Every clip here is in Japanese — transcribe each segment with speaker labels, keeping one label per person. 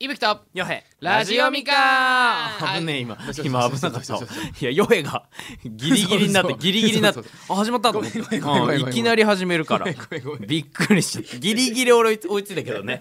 Speaker 1: いぶきと
Speaker 2: ヨヘ
Speaker 1: ラジオミカ
Speaker 2: 危ねえ今
Speaker 1: あそう
Speaker 2: 今
Speaker 1: そう
Speaker 2: 危
Speaker 1: そ
Speaker 2: な
Speaker 1: う
Speaker 2: かったい
Speaker 1: そうそうそう
Speaker 2: やヨヘがギリギリになっ
Speaker 1: そ
Speaker 2: て
Speaker 1: うそう
Speaker 2: ギリギリになって
Speaker 1: そうそ
Speaker 2: あ
Speaker 1: う
Speaker 2: 始まったと思って
Speaker 1: ごめんごめんごめん
Speaker 2: う
Speaker 1: ごめ
Speaker 2: ん
Speaker 1: ん
Speaker 2: いきなり始めるから
Speaker 1: めんごめん
Speaker 2: びっくりしたギリギリ俺追いつ追いついたけど ね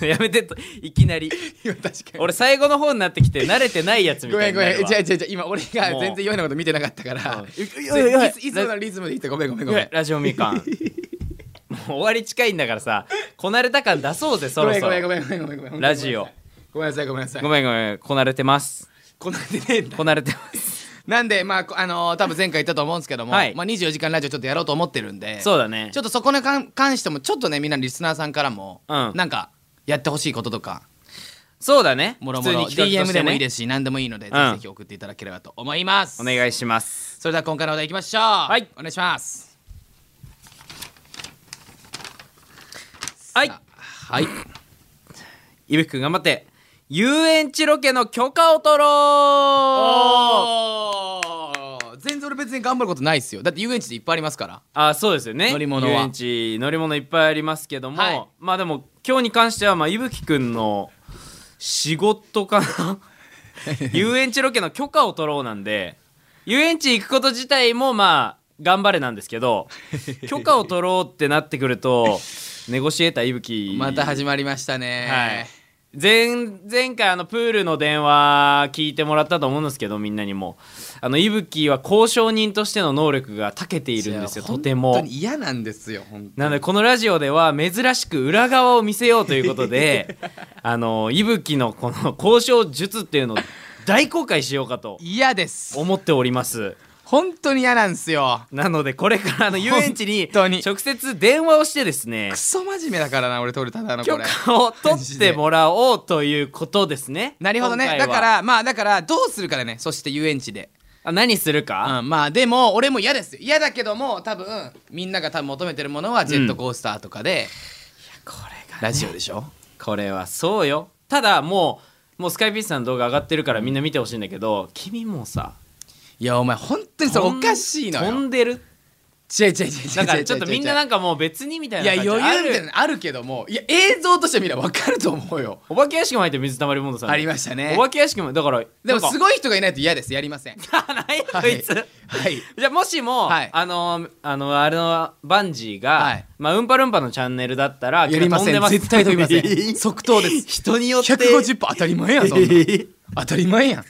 Speaker 2: やめてといきなり
Speaker 1: 今確かに
Speaker 2: 俺最後の方になってきて慣れてないやつみ
Speaker 1: ご
Speaker 2: た
Speaker 1: め
Speaker 2: い
Speaker 1: ん
Speaker 2: に
Speaker 1: ご
Speaker 2: な
Speaker 1: めん
Speaker 2: る
Speaker 1: 違う
Speaker 2: わ
Speaker 1: 違う違う今俺が
Speaker 2: もう
Speaker 1: 全然ヨヘのこと見てなかったか
Speaker 2: う
Speaker 1: ら
Speaker 2: ん
Speaker 1: い
Speaker 2: いやいやいや
Speaker 1: ついつものリズムで言ってごめんごめんごめ
Speaker 2: ね
Speaker 1: ん
Speaker 2: ラジオみかんもう終わり近いんだからさこなれた感出そうぜそ
Speaker 1: ご
Speaker 2: ろ
Speaker 1: めん
Speaker 2: そ
Speaker 1: ごめんご
Speaker 2: ろ
Speaker 1: めんごめんごめんごめん
Speaker 2: ラジオ
Speaker 1: ごめんなさいごめんなさい
Speaker 2: ごめんごめんこなれてます
Speaker 1: こんなんでねえんだ
Speaker 2: こなれてます
Speaker 1: なんでまあこあのー多分前回言ったと思うんですけども
Speaker 2: はい
Speaker 1: まあ24時間ラジオちょっとやろうと思ってるんで
Speaker 2: そうだね
Speaker 1: ちょ っとそこに関関してもちょっとねみんなリスナーさんからも
Speaker 2: うん
Speaker 1: なんかやってほしいこととか
Speaker 2: そうだね
Speaker 1: もろもろ
Speaker 2: 普通に企画とし
Speaker 1: DM
Speaker 2: て
Speaker 1: で
Speaker 2: ね
Speaker 1: もいいですし何でもいいのでぜ
Speaker 2: うん
Speaker 1: ひぜひ送っていただければと思います
Speaker 2: お願いします
Speaker 1: それでは今回のお題いきましょう
Speaker 2: い
Speaker 1: お願いします
Speaker 2: はい
Speaker 1: はい
Speaker 2: 伊吹くん頑張って遊園地ロケの許可を取ろう
Speaker 1: おー全然俺別に頑張ることないっすよだって遊園地でいっぱいありますから
Speaker 2: あそうですよね
Speaker 1: 乗り物は
Speaker 2: 遊園地乗り物いっぱいありますけども、
Speaker 1: はい
Speaker 2: まあでも今日に関してはまあ伊吹くんの仕事か な遊園地ロケの許可を取ろうなんで遊園地行くこと自体もまあ頑張れなんですけ ど許可を取ろうってなってくるとネゴシエーター伊吹
Speaker 1: また始まりましたね
Speaker 2: はい、前前回あのプールの電話聞いてもらったと思うんですけどみんなにもあの伊吹は交渉人としての能力が長けているんですよ
Speaker 1: いや
Speaker 2: とて
Speaker 1: 本
Speaker 2: も
Speaker 1: 当に嫌なんですよ本当に
Speaker 2: なのでこのラジオでは珍しく裏側を見せようということで あの伊吹のこの交渉術っていうのを大公開しようかと
Speaker 1: 嫌です
Speaker 2: 思っております
Speaker 1: 本当に嫌なんですよ
Speaker 2: なのでこれからあの遊園地に
Speaker 1: 本当に
Speaker 2: 直接電話をしてですね
Speaker 1: クソ真面目だからな俺と俺ただのこ
Speaker 2: 許
Speaker 1: れ
Speaker 2: 可を取ってもらおうということですね
Speaker 1: なるほど
Speaker 2: 今
Speaker 1: ね
Speaker 2: 回は
Speaker 1: だからまあだからどうするかだねそして遊園地で
Speaker 2: あ何するか、
Speaker 1: うん、まあでも俺も嫌ですよ嫌だけども多分みんなが多分求めてるものはジェットコースターとかで、
Speaker 2: これが
Speaker 1: ラジオでしょ
Speaker 2: これはそうよただもうもうスカイピースさんの動画上がってるからみんな見てほしいんだけど君もさ
Speaker 1: いやお前本当にそれおかしいの
Speaker 2: 飛
Speaker 1: よ
Speaker 2: んでる
Speaker 1: 違う違う違う違う
Speaker 2: だからちょっとみんななんんかもう別にみたい
Speaker 1: い
Speaker 2: な
Speaker 1: や
Speaker 2: 感じ
Speaker 1: 余裕みたい
Speaker 2: ある
Speaker 1: なのあるけどもいや映像として見れば分かると思うよ
Speaker 2: お化け屋敷も入って水溜りボンドさん
Speaker 1: ありましたね
Speaker 2: お化け屋敷もだから
Speaker 1: でもす
Speaker 2: い
Speaker 1: ごい人がいないと嫌ですやりません
Speaker 2: ないこいつ、
Speaker 1: はい
Speaker 2: じゃあもしも、
Speaker 1: はい
Speaker 2: あのーあのあれのバンジーが、
Speaker 1: はい
Speaker 2: まあうんぱるんぱのチャンネルだったら
Speaker 1: やりま
Speaker 2: 飛
Speaker 1: せ
Speaker 2: で
Speaker 1: ん絶対飛びませ ん
Speaker 2: 人
Speaker 1: 即答です
Speaker 2: によって
Speaker 1: 150歩当たり前やん そんな当たり前やん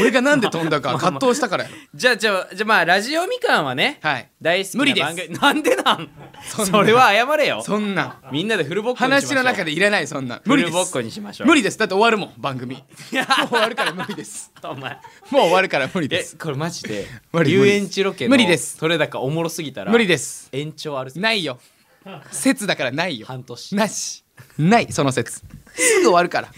Speaker 1: 俺がなんで飛んだ
Speaker 2: ま
Speaker 1: か
Speaker 2: あまあ
Speaker 1: 葛藤したからやろ
Speaker 2: じゃあじゃあじゃあまあラジオみかんはね、
Speaker 1: はい
Speaker 2: 大好き
Speaker 1: 無理
Speaker 2: な
Speaker 1: です
Speaker 2: 番組なんでなん
Speaker 1: そん
Speaker 2: そ
Speaker 1: な
Speaker 2: れは謝れよ
Speaker 1: そんな
Speaker 2: みんなでフルボッコにしましょう
Speaker 1: 話の中でいらないそんな無
Speaker 2: フ
Speaker 1: 理
Speaker 2: ル
Speaker 1: です
Speaker 2: ボッコにしましょう
Speaker 1: 無理ですだって終わるもん番組も
Speaker 2: や
Speaker 1: う終わるから無理 です
Speaker 2: お前
Speaker 1: もう終わるから無理で
Speaker 2: え
Speaker 1: す
Speaker 2: これマジで
Speaker 1: 無理無
Speaker 2: 遊
Speaker 1: 理
Speaker 2: 園地ロケの
Speaker 1: 無理です
Speaker 2: 取れ高おもろすぎたら
Speaker 1: 無理です
Speaker 2: 延長ある
Speaker 1: ないよ説だからないよ
Speaker 2: 半年
Speaker 1: なしないその説すぐ終わるから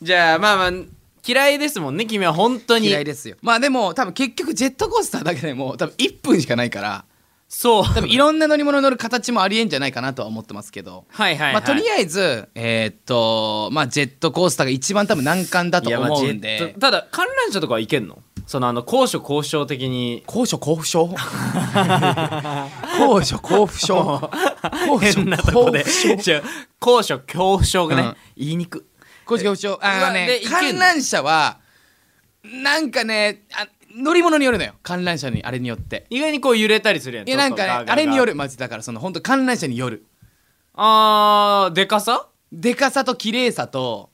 Speaker 2: じゃあまあまあ嫌いですもんね君は本当に
Speaker 1: 嫌いですよまあでも多分結局ジェットコースターだけでも多分1分しかないから
Speaker 2: そう
Speaker 1: 多分いろんな乗り物乗る形もありえんじゃないかなとは思ってますけど
Speaker 2: はいはい、はい
Speaker 1: まあ、とりあえず、えーっと、まあ、ジェットコースターが一番多分難関だと
Speaker 2: いやまあ
Speaker 1: 思う
Speaker 2: ジェッ
Speaker 1: んで
Speaker 2: ト、ただ観覧車とかはいけんのそのあの高所高所的に
Speaker 1: 高所恐怖 症高所恐怖症高所
Speaker 2: 変なとこで
Speaker 1: 高所
Speaker 2: じゃあ高所恐怖症がね、
Speaker 1: うん
Speaker 2: 言いにく
Speaker 1: 高所恐怖症あの
Speaker 2: で
Speaker 1: ね
Speaker 2: いけんの
Speaker 1: 観覧車はなんかねあ乗り物によるのよ観覧車にあれによって
Speaker 2: 意外にこう揺れたりするやん
Speaker 1: いやなんか
Speaker 2: ちょっとガーガーガー
Speaker 1: ねあれによるマジだからその本当観覧車による
Speaker 2: あーでかさ
Speaker 1: でかさと綺麗さと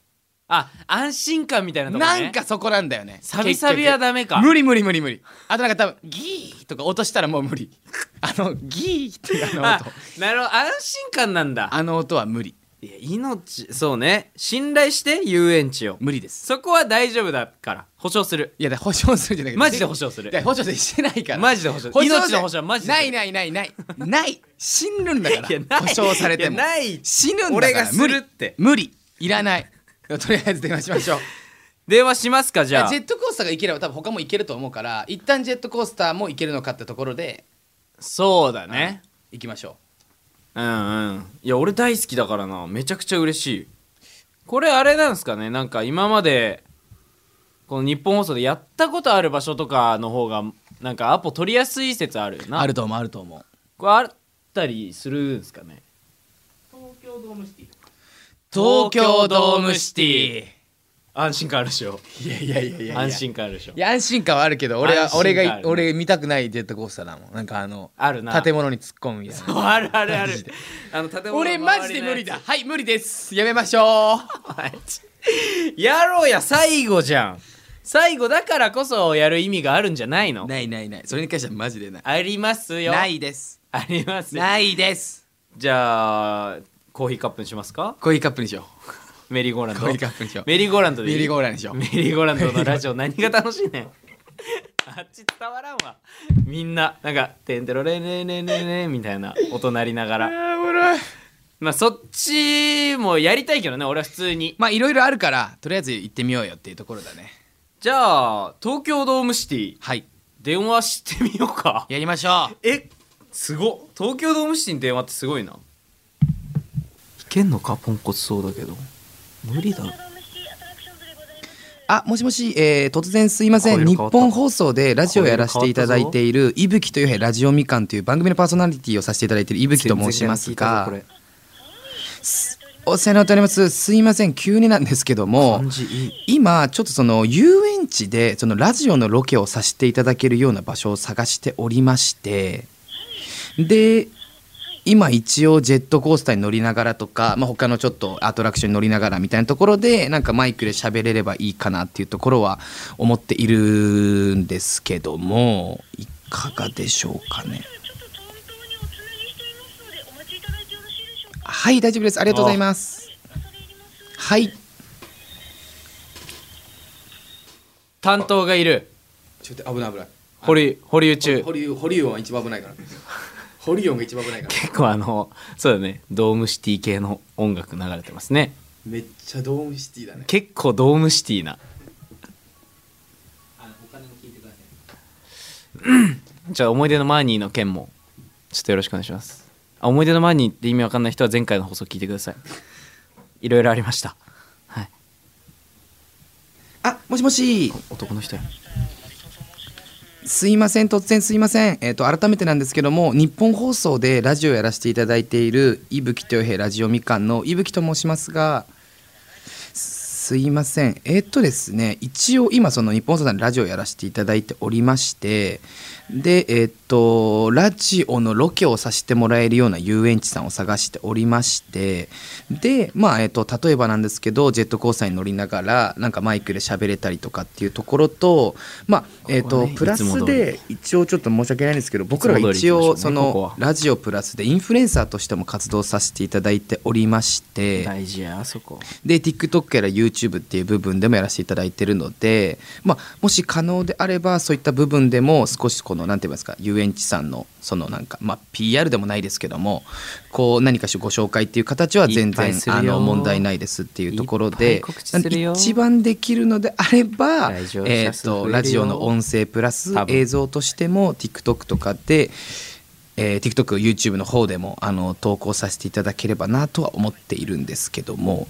Speaker 2: あ安心感みたいなとこ、ね、
Speaker 1: なんかそこなんだよね
Speaker 2: サビサビはダメか
Speaker 1: 結局無理無理無理無理あとなんか多分ギーとか落としたらもう無 理あのギーっていうあ
Speaker 2: あ
Speaker 1: の音
Speaker 2: なるほど安心感なんだ
Speaker 1: あの音は無理
Speaker 2: いや命そうね信頼して遊園地を
Speaker 1: 無理です
Speaker 2: そこは大丈夫だから保証する
Speaker 1: いやだから保証するんじゃないけど
Speaker 2: マジで保証する
Speaker 1: いや保証でしてないから
Speaker 2: マジで保証
Speaker 1: し
Speaker 2: 命の保証はマジで
Speaker 1: ないないないないない死ぬんだから
Speaker 2: いやない
Speaker 1: 保証されても
Speaker 2: いやない
Speaker 1: 死ぬんだから
Speaker 2: 俺がす
Speaker 1: 無
Speaker 2: る
Speaker 1: 理
Speaker 2: って
Speaker 1: 無理いらないとりあえず電話しましょう
Speaker 2: 電話しますかじゃあ
Speaker 3: ジェットコースターが行ければ多分他も行けると思うから一旦ジェットコースターも行けるのかってところで
Speaker 2: そうだね
Speaker 3: 行きましょ
Speaker 2: うんうんいや俺大好きだからなめちゃくちゃ嬉しいこれあれなんですかねなんか今までこの日本放送でやったことある場所とかの方がなんかアポ取りやすい説あるよ
Speaker 3: う
Speaker 2: な
Speaker 3: ると思うあると思う
Speaker 2: これあったりするんですかね
Speaker 3: 東京ドームシテ
Speaker 2: 安心感あるでしょ
Speaker 3: ィいやいやいやいや
Speaker 2: 安心感あるでしょ
Speaker 3: いや安心感はあるけど俺
Speaker 2: 安
Speaker 3: は
Speaker 2: 心
Speaker 3: 俺
Speaker 2: 感あ
Speaker 3: が
Speaker 2: る
Speaker 3: 俺見たくないジェットコースターだもんなんかあの
Speaker 2: あるな
Speaker 3: 建物に突っ込むみたいな
Speaker 2: あるあるあるあの建物の
Speaker 3: 俺マジで無理だはい無理ですやめましょう
Speaker 2: 周りのやつやろうや最後じゃん最後だからこそやる意味があるんじゃないの
Speaker 3: ないないないそれに関してはマジでない
Speaker 2: ありますよ
Speaker 3: ないです
Speaker 2: あります
Speaker 3: ないです
Speaker 2: じゃあコーヒーカップにしますか
Speaker 3: コーヒーカップにしよ
Speaker 2: メリーゴーラン
Speaker 3: う
Speaker 2: ド
Speaker 3: コーヒーカップにしよう
Speaker 2: メリーゴーランドでいい
Speaker 3: メリーゴーランドにしよう
Speaker 2: メリーゴーランドのラジオ何が楽しいねんあっち伝わらんわみんななんか「てんてろれんれんれんれんれん」みたいな音鳴りながら
Speaker 3: あおもろい
Speaker 2: まあそっちもやりたいけどね俺は普通に
Speaker 3: まあいろいろあるからとりあえず行ってみようよっていうところだね
Speaker 2: じゃあ東京ドームシティ
Speaker 3: はい
Speaker 2: 電話してみようか
Speaker 3: やりましょう
Speaker 2: えすごっ東京ドームシティに電話ってすごいないけんのかポンコツそうだけど無理だろ
Speaker 3: あもしもし、えー突然すいませ
Speaker 2: 声
Speaker 3: ん
Speaker 2: が
Speaker 3: 日
Speaker 2: 変わった
Speaker 3: 本放送でラジオやらせていただいている伊吹というラジオみかんという番組のパーソナリティをさせていただいている伊吹と申しますがお世話になっておりますすいません急になんですけども
Speaker 2: いい
Speaker 3: 今ちょっとその遊園地でそのラジオのロケをさせていただけるような場所を探しておりましてで今一応ジェットコースターに乗りながらとか、まあ、他のちょっとアトラクションに乗りながらみたいなところでなんかマイクで喋れればいいかなっていうところは思っているんですけどもいかがでしょうかねはい大丈夫ですありがとうございますはい
Speaker 2: 担当がいる
Speaker 3: ちょっと危ない危ない
Speaker 2: 堀湯堀宇中
Speaker 3: 保留保留音は一番危ないから保留音が一番危ないから
Speaker 2: 結構あのそうだねドームシティ系の音楽流れてますね
Speaker 3: めっちゃドームシティだね
Speaker 2: 結構ドームシティなうんじゃあ思い出のマーニーの件もちょっとよろしくお願いしますあ思い出のマーニーって意味わかんない人は前回の放送聞いてくださいいろいろありましたはい
Speaker 3: あもしもし
Speaker 2: 男の人や
Speaker 3: すいません突然すいませんえっ、と改めてなんですけども日本放送でラジオやらせていただいている伊吹豊平ラジオみかんの伊吹と申しますがすいませんえっ、とですね一応今その日本放送さんのラジオやらせていただいておりましてでえっ、とラジオのロケをさせてもらえるような遊園地さんを探しておりましてでまあえっ、と例えばなんですけどジェットコースターに乗りながらなんかマイクで喋れたりとかっていうところとまあえっ、
Speaker 2: ここは
Speaker 3: と
Speaker 2: ね
Speaker 3: プラ
Speaker 2: いつ
Speaker 3: ス
Speaker 2: も通り
Speaker 3: で一応ちょっと申し訳ないんですけど僕らが
Speaker 2: いつも通り
Speaker 3: 一
Speaker 2: 行きましょう
Speaker 3: 応
Speaker 2: ね
Speaker 3: その
Speaker 2: ここは
Speaker 3: ラジオプラスでインフルエンサーとしても活動させていただいておりまして。
Speaker 2: 大事やあそこ
Speaker 3: で TikTok やら YouTube っていう部分でもやらせていただいてるので、まあ、もし可能であればそういった部分でも少しこのなんて言いますか遊園地さんのそのなんか、まあ、PR でもないですけどもこう何かしらご紹介っていう形は全
Speaker 2: いっぱ
Speaker 3: 然
Speaker 2: いするよ
Speaker 3: あの問題ないですっていうところ
Speaker 2: いっ
Speaker 3: で
Speaker 2: ぱい告知するよ
Speaker 3: 一番できるのであれば、
Speaker 2: 来場者
Speaker 3: え
Speaker 2: 数
Speaker 3: ー、
Speaker 2: 増え
Speaker 3: と
Speaker 2: るよ
Speaker 3: ラジオの音声プラス
Speaker 2: 多分
Speaker 3: 映像としても TikTok とかで。えー、TikTok、YouTube の方でもあの投稿させていただければなとは思っているんですけども、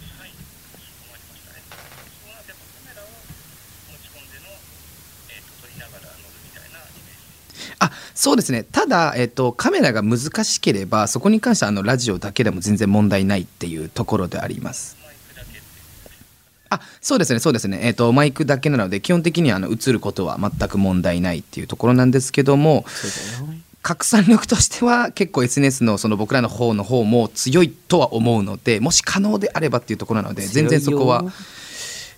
Speaker 3: あそうですねただ、えっと、カメラが難しければそこに関してはあのラジオだけでも全然問題ないっていうところであります。あそうですねそうですね、えっとマイクだけなので基本的にはあの映ることは全く問題ないっていうところなんですけども
Speaker 2: そうだよ
Speaker 3: 拡散力としては結構 SNS のその僕らの方の方も強いとは思うのでもし可能であればっていうところなので全然そこは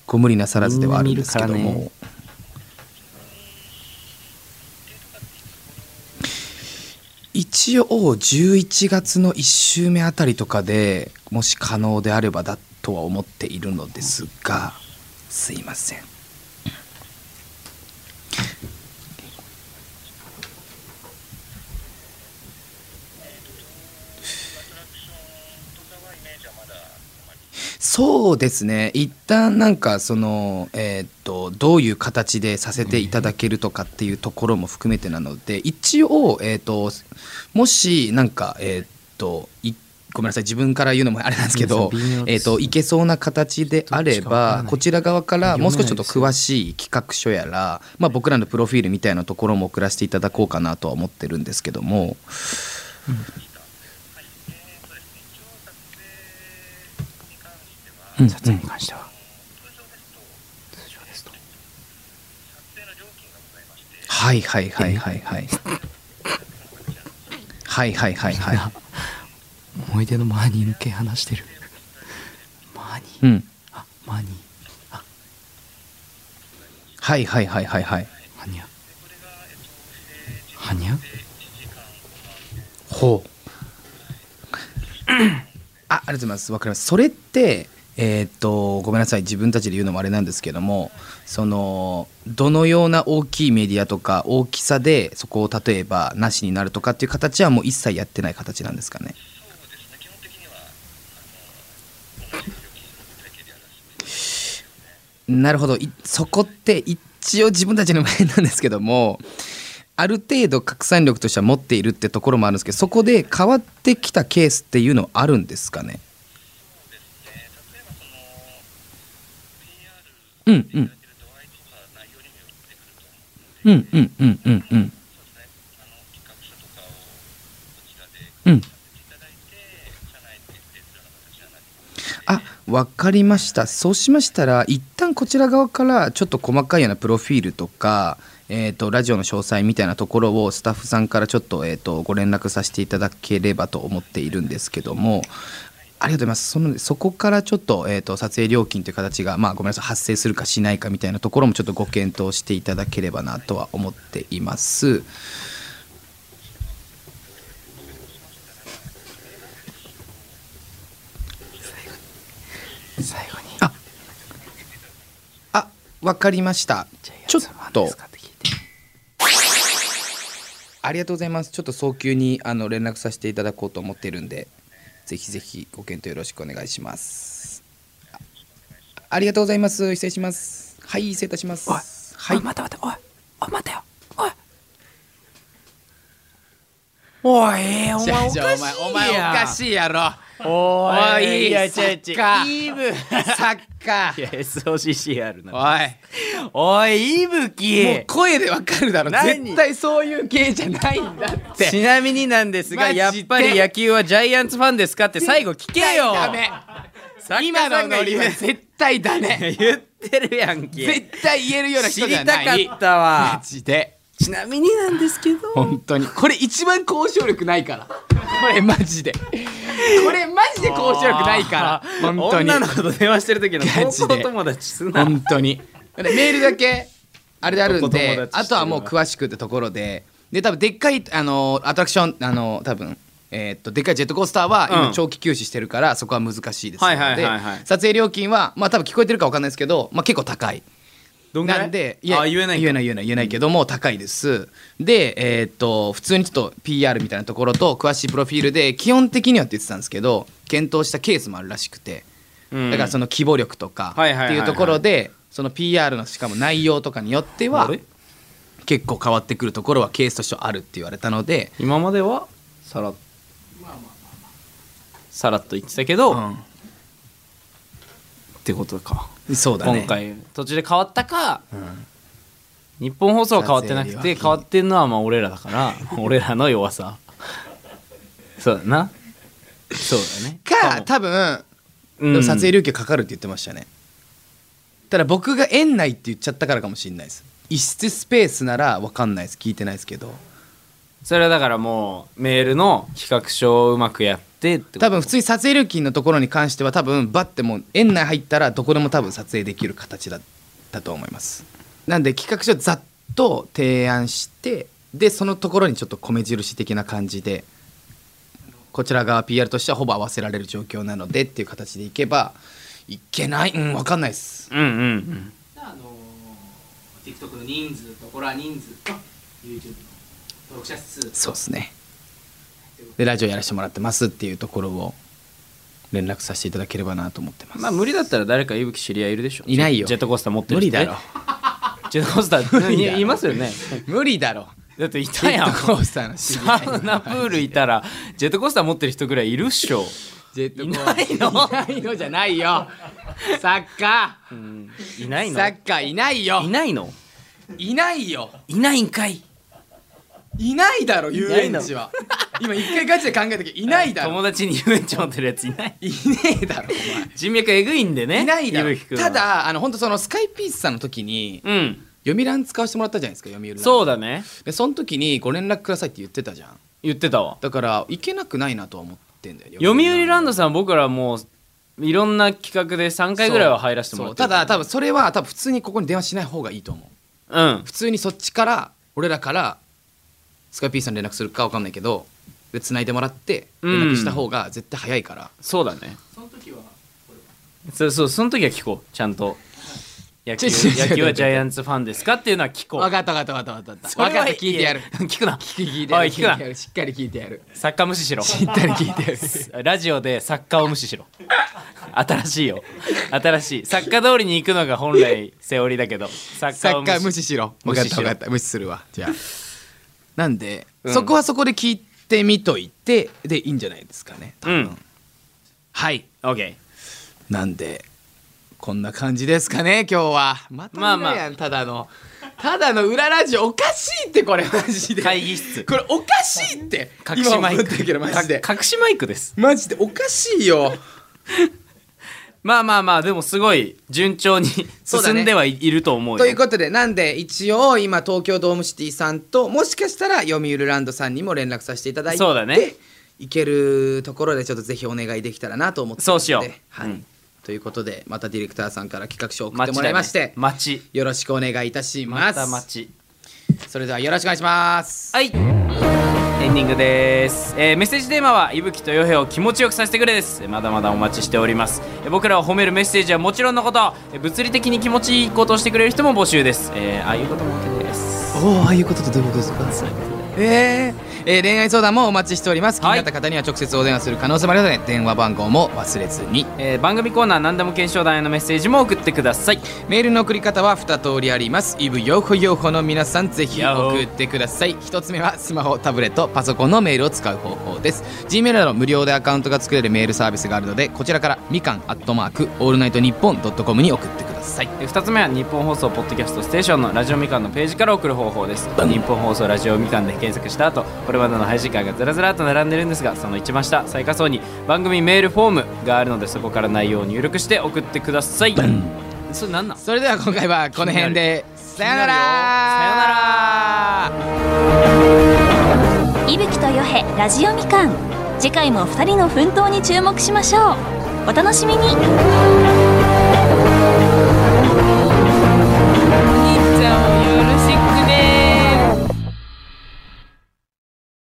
Speaker 3: ご無理なさらずではあるんですけど
Speaker 2: みんな見
Speaker 3: も、
Speaker 2: るからね
Speaker 3: 一応11月の1週目あたりとかでもし可能であればだとは思っているのですがすいませんそうですね一旦なんかその、えーっとどういう形でさせていただけるとかっていうところも含めてなので一応、えーっともしなんか、えーっといごめんなさい自分から言うのもあれなんですけど
Speaker 1: 微妙、
Speaker 3: え
Speaker 1: で
Speaker 3: ーっ
Speaker 1: す
Speaker 3: といけそうな形であれ
Speaker 1: どっちかわから
Speaker 3: ば
Speaker 1: ない
Speaker 3: こちら側から
Speaker 1: 読め
Speaker 3: も
Speaker 1: な
Speaker 3: う
Speaker 1: い
Speaker 3: 少しちょっと詳しい企画書やら、まあ、僕らのプロフィールみたいなところも送らせていただこうかなとは思ってるんですけども。うん
Speaker 1: 撮影に関しては
Speaker 3: はいはいはいはい はい。はいはいはいはい。
Speaker 1: 思い出のマーニーの系話してるマーニー
Speaker 3: うん。
Speaker 1: あマーニー
Speaker 3: はいはいはいはいはい。
Speaker 1: はにゃはにゃ
Speaker 3: ほう。あ、ありがとうございます。わかります。それって、えーっと、ごめんなさい。自分たちで言うのもあれなんですけども、その、どのような大きいメディアとか、大きさで、そこを例えば、なしになるとかっていう形はもう一切やってない形なんですかね。なるほどいそこって一応自分たちの前なんですけどもある程度拡散力としては持っているってところもあるんですけどそこで変わってきたケースっていうのはあるんですかねうんうんうんうんうんうんうんうんあわかりましたそうしましたら一旦こちら側からちょっと細かいようなプロフィールとか、えー、とラジオの詳細みたいなところをスタッフさんからちょっと,、えー、とご連絡させていただければと思っているんですけどもありがとうございますそのそこからちょっと,、えー、と撮影料金という形が、まあ、ごめんなさい発生するかしないかみたいなところもちょっとご検討していただければなとは思っています。
Speaker 1: 最後に
Speaker 3: ああわかりました
Speaker 1: じゃあ
Speaker 3: ちょっ
Speaker 1: やつは何
Speaker 3: と
Speaker 1: ですかて聞いて
Speaker 3: ありがとうございます。ちょっと早急にあの連絡させていただこうと思っているんで、ぜひぜひご検討よろしくお願いします。あありがとうございます。失礼します。はい、失礼いたします。
Speaker 1: おい
Speaker 3: は
Speaker 1: お
Speaker 3: い
Speaker 1: い、待て待ておいおい待てよおいおいお前おかしい
Speaker 3: じゃ
Speaker 1: や
Speaker 3: あお前お前おかしいやろ。
Speaker 2: お
Speaker 3: お
Speaker 2: い
Speaker 3: い
Speaker 2: いや違う
Speaker 3: サッ
Speaker 2: 違
Speaker 3: カー
Speaker 2: うイブ
Speaker 3: サッカ
Speaker 2: い
Speaker 3: ー。
Speaker 2: や SOCCR な
Speaker 3: お
Speaker 2: お
Speaker 3: い。
Speaker 2: いイブ
Speaker 3: もう
Speaker 2: キ
Speaker 3: 声でわかるだろ。
Speaker 2: 何
Speaker 3: 絶対そういう系じゃないんだって。
Speaker 2: ちなみになんですが
Speaker 3: マジで
Speaker 2: やっぱり野球はジャイアンツファンですかって最後聞けよ
Speaker 3: ダメ。
Speaker 2: 作家
Speaker 3: 今
Speaker 2: さ
Speaker 3: の
Speaker 2: んが
Speaker 3: ノリは
Speaker 2: 言う
Speaker 3: 絶対ダメ。
Speaker 2: 言ってるやんけ
Speaker 3: 絶対言えるような
Speaker 2: 知
Speaker 3: 人
Speaker 2: り
Speaker 3: じ
Speaker 2: た
Speaker 3: ゃない。
Speaker 2: かった
Speaker 3: マ
Speaker 2: わ
Speaker 3: ジで。
Speaker 2: ちなみになんですけど
Speaker 3: 本当にこれ一番交渉力ないからこれマジでこれマジで交渉力ないから本当に
Speaker 2: 女の子と電話してる時の
Speaker 3: ガチ
Speaker 2: 高
Speaker 3: で
Speaker 2: 校友達すな
Speaker 3: 本当にでメールだけあれであるん
Speaker 2: 男友達してる
Speaker 3: で
Speaker 2: わ
Speaker 3: あとはもう詳しくってところでで多分でっかいあのアトラクションあの多分えーっとでっかいジェットコースターは
Speaker 2: うん
Speaker 3: 今長期休止してるから、そこは難しいですので、
Speaker 2: はいはいはいはい
Speaker 3: 撮影料金はまあ多分聞こえてるかわかんないですけど、まあ、結構高い
Speaker 2: どんぐらい
Speaker 3: なんで
Speaker 2: あ言えない
Speaker 3: 言えない言えない言えないけども高いですでえーっと普通にちょっと PR みたいなところと詳しいプロフィールで基本的にはって言ってたんですけど検討したケースもあるらしくて、
Speaker 2: うん
Speaker 3: だからその規模力とか
Speaker 2: はいはいはいは
Speaker 3: って
Speaker 2: い
Speaker 3: いうところでその PR のしかも内容とかによっては
Speaker 2: あれ
Speaker 3: 結構変わってくるところはケースとしてはあるって言われたので
Speaker 2: 今まではさらさらっと言ってたけど、ってことか、
Speaker 3: そうだね
Speaker 2: 今回途中で変わったか、日本放送は変わってなく
Speaker 3: 撮影
Speaker 2: て
Speaker 3: 料金
Speaker 2: 変わってんのはまあ俺らだから 俺らの弱さそうだなそうだね
Speaker 3: か
Speaker 2: も
Speaker 3: 多分
Speaker 2: う
Speaker 3: で
Speaker 2: ん
Speaker 3: も撮影料金かかるって言ってましたね、ただ僕が園内って言っちゃったからかもしれないです一室スペースなら分かんないです聞いてないですけど
Speaker 2: それはだからもうメールの企画書をうまくやってってこと
Speaker 3: 多分普通に撮影料金のところに関しては多分バッてもう園内入ったらどこでも多分撮影できる形だったと思いますなんで企画書ざっと提案してでそのところにちょっと米印的な感じでこちら側 PR としてはほぼ合わせられる状況なのでっていう形でいけばいけないうん分かんないです
Speaker 2: うんうんうん
Speaker 4: あの TikTok の人数とフォロワー人数と YouTube の登録者数
Speaker 3: そうですねでラジオやらせてもらってますっていうところを
Speaker 1: 連絡させていただければなと思ってます。
Speaker 2: まあ無理だったら誰か伊吹知り合いいるでしょ
Speaker 1: いないよ
Speaker 2: ジェットコースター持って
Speaker 1: 無
Speaker 2: る
Speaker 1: 理
Speaker 2: 人
Speaker 1: だ
Speaker 2: ね
Speaker 1: ろ。
Speaker 2: ジェットコースタ
Speaker 1: 無理だ
Speaker 2: ー
Speaker 1: ろ
Speaker 2: いいますよね
Speaker 1: 無理だろ。
Speaker 2: だってい
Speaker 1: ジ
Speaker 2: た
Speaker 1: ェ
Speaker 2: やん
Speaker 1: ットコースターの知り合い
Speaker 2: サウナプールいたらジェットコースター持ってる人ぐらいいるっしょ
Speaker 1: ジェットコ
Speaker 2: い
Speaker 1: ー
Speaker 2: な
Speaker 1: ス
Speaker 2: いの
Speaker 1: ター。いないのじゃないよ。サッカ
Speaker 2: いない
Speaker 1: ー。
Speaker 2: の
Speaker 1: サッカーいないよ
Speaker 2: い。ないの
Speaker 1: いないよ。
Speaker 2: いないんかい
Speaker 1: いないだろ遊
Speaker 2: ない
Speaker 1: 園
Speaker 2: の
Speaker 1: 地は。今一回ガチで考えたけどいないだろ。
Speaker 2: 友達に遊園地持ってるやついない
Speaker 1: いねえだろお前。
Speaker 2: 人脈えぐいんでね
Speaker 1: いないだろ
Speaker 2: ぶきくんは
Speaker 1: ただあの本当そのスカイピースさんの時に
Speaker 2: うん
Speaker 1: 読売欄使わせてもらったじゃないですか読売欄
Speaker 2: そうだね
Speaker 1: でその時にご連絡くださいって言ってたじゃん
Speaker 2: 言ってたわ
Speaker 1: だから行けなくないなとは思ってんだよ
Speaker 2: 読売ランドさん僕らもういろんな企画で3回ぐらいは入らせてもらって
Speaker 1: そう
Speaker 2: る
Speaker 1: ただ多分それは多分普通にここに電話しない方がいいと思う
Speaker 2: うん
Speaker 1: 普通にそっちから俺らからスカイピースさんに連絡するかわかんないけどで繋いでもらって連絡した方が絶対早いから、
Speaker 2: そうだね
Speaker 5: その時はこれは
Speaker 2: そうそうその時は聞こうちゃんと野球
Speaker 1: ちょちょちょ
Speaker 2: 野球はジャイアンツファンですかっていうのは聞こう
Speaker 1: 分かった分かった分かった分かった
Speaker 2: それ
Speaker 1: 分か
Speaker 2: は
Speaker 1: った聞いてやる
Speaker 2: え聞くな
Speaker 1: 聞いて
Speaker 2: お
Speaker 1: や
Speaker 2: い
Speaker 1: る
Speaker 2: 聞くな
Speaker 1: 聞いてやるしっかり聞いてやる
Speaker 2: 作家無視しろ
Speaker 1: しっかり聞いてやる
Speaker 2: ラジオで作家を無視しろ新しいよ新しい作家通りに行くのが本来セオリーだけど作
Speaker 1: サ
Speaker 2: 家を
Speaker 1: ッカー無
Speaker 2: 無視
Speaker 1: 視しろ
Speaker 2: 無
Speaker 1: 分かっ
Speaker 2: 視したろ
Speaker 1: 分かった無視するわじ ゃあなんで、
Speaker 2: うん
Speaker 1: そこはそこで聞いてみといてでいいんじゃないですかね多分
Speaker 2: うん
Speaker 1: はい
Speaker 2: オッケ
Speaker 1: なんでこんな感じですかね今日はまた
Speaker 2: まあ
Speaker 1: ま
Speaker 2: まあ
Speaker 1: やん、ただのただの裏ラジオおかしいってこれマジ
Speaker 2: ー
Speaker 1: で
Speaker 2: 会議室
Speaker 1: これおかしいって
Speaker 2: 隠しマイ
Speaker 1: 今思
Speaker 2: ク
Speaker 1: ったけどマジで
Speaker 2: か隠しマイクです
Speaker 1: マジでおかしいよ
Speaker 2: まあまあまあでもすごい順調に
Speaker 1: そうだね
Speaker 2: 進んではいいると思うよ
Speaker 1: ということでなんで一応今東京ドームシティさんともしかしたら読売ランドさんにも連絡させていただいて
Speaker 2: そうだね
Speaker 1: 行けるところでちょっとぜひお願いできたらなと思ってます
Speaker 2: そうしよう
Speaker 1: のでは
Speaker 2: う
Speaker 1: い
Speaker 2: ん
Speaker 1: ということでまたディレクターさんから企画書を送ってもらいまして、
Speaker 2: 待ち
Speaker 1: よろしくお願いいたし
Speaker 2: ま
Speaker 1: ます、
Speaker 2: た待ち
Speaker 1: それではよろしくお願いします
Speaker 2: はいエンディングです、えーメッセージテーマは「いぶきとよへを気持ちよくさせてくれ」ですえーまだまだお待ちしておりますえー僕らを褒めるメッセージはもちろんのことえー物理的に気持ちいいことをしてくれる人も募集です、えーああいうことも OK です
Speaker 1: おおああいうことってどういうことですかえーえー恋愛相談もお待ちしております気に
Speaker 2: はい
Speaker 1: なった方には直接お電話する可能性もあるので、電話番号も忘れずに
Speaker 2: えー番組コーナー何でも検証団へのメッセージも送ってください
Speaker 1: メールの送り方は2通りありますイブヨホヨホの皆さんぜひ送ってください1つ目はスマホタブレットパソコンのメールを使う方法です Gmail など無料でアカウントが作れるメールサービスがあるのでこちらからみかんアットマークオールナイトニッポンドットコムに送ってください
Speaker 2: えー二つ目は日本放送ポッドキャストステーションのラジオみかんのページから送る方法です日本放送ラジオみかんで検索した後これまでの配信会がずらずらっと並んでるんですがその一番下最下層に番組メールフォームがあるのでそこから内容を入力して送ってくださいそれなんなん
Speaker 1: それでは今回はこの辺でさよなら
Speaker 2: 気になるよさよな
Speaker 1: ら
Speaker 6: 伊吹とよへラジオみかん次回も2人の奮闘に注目しましょうお楽しみに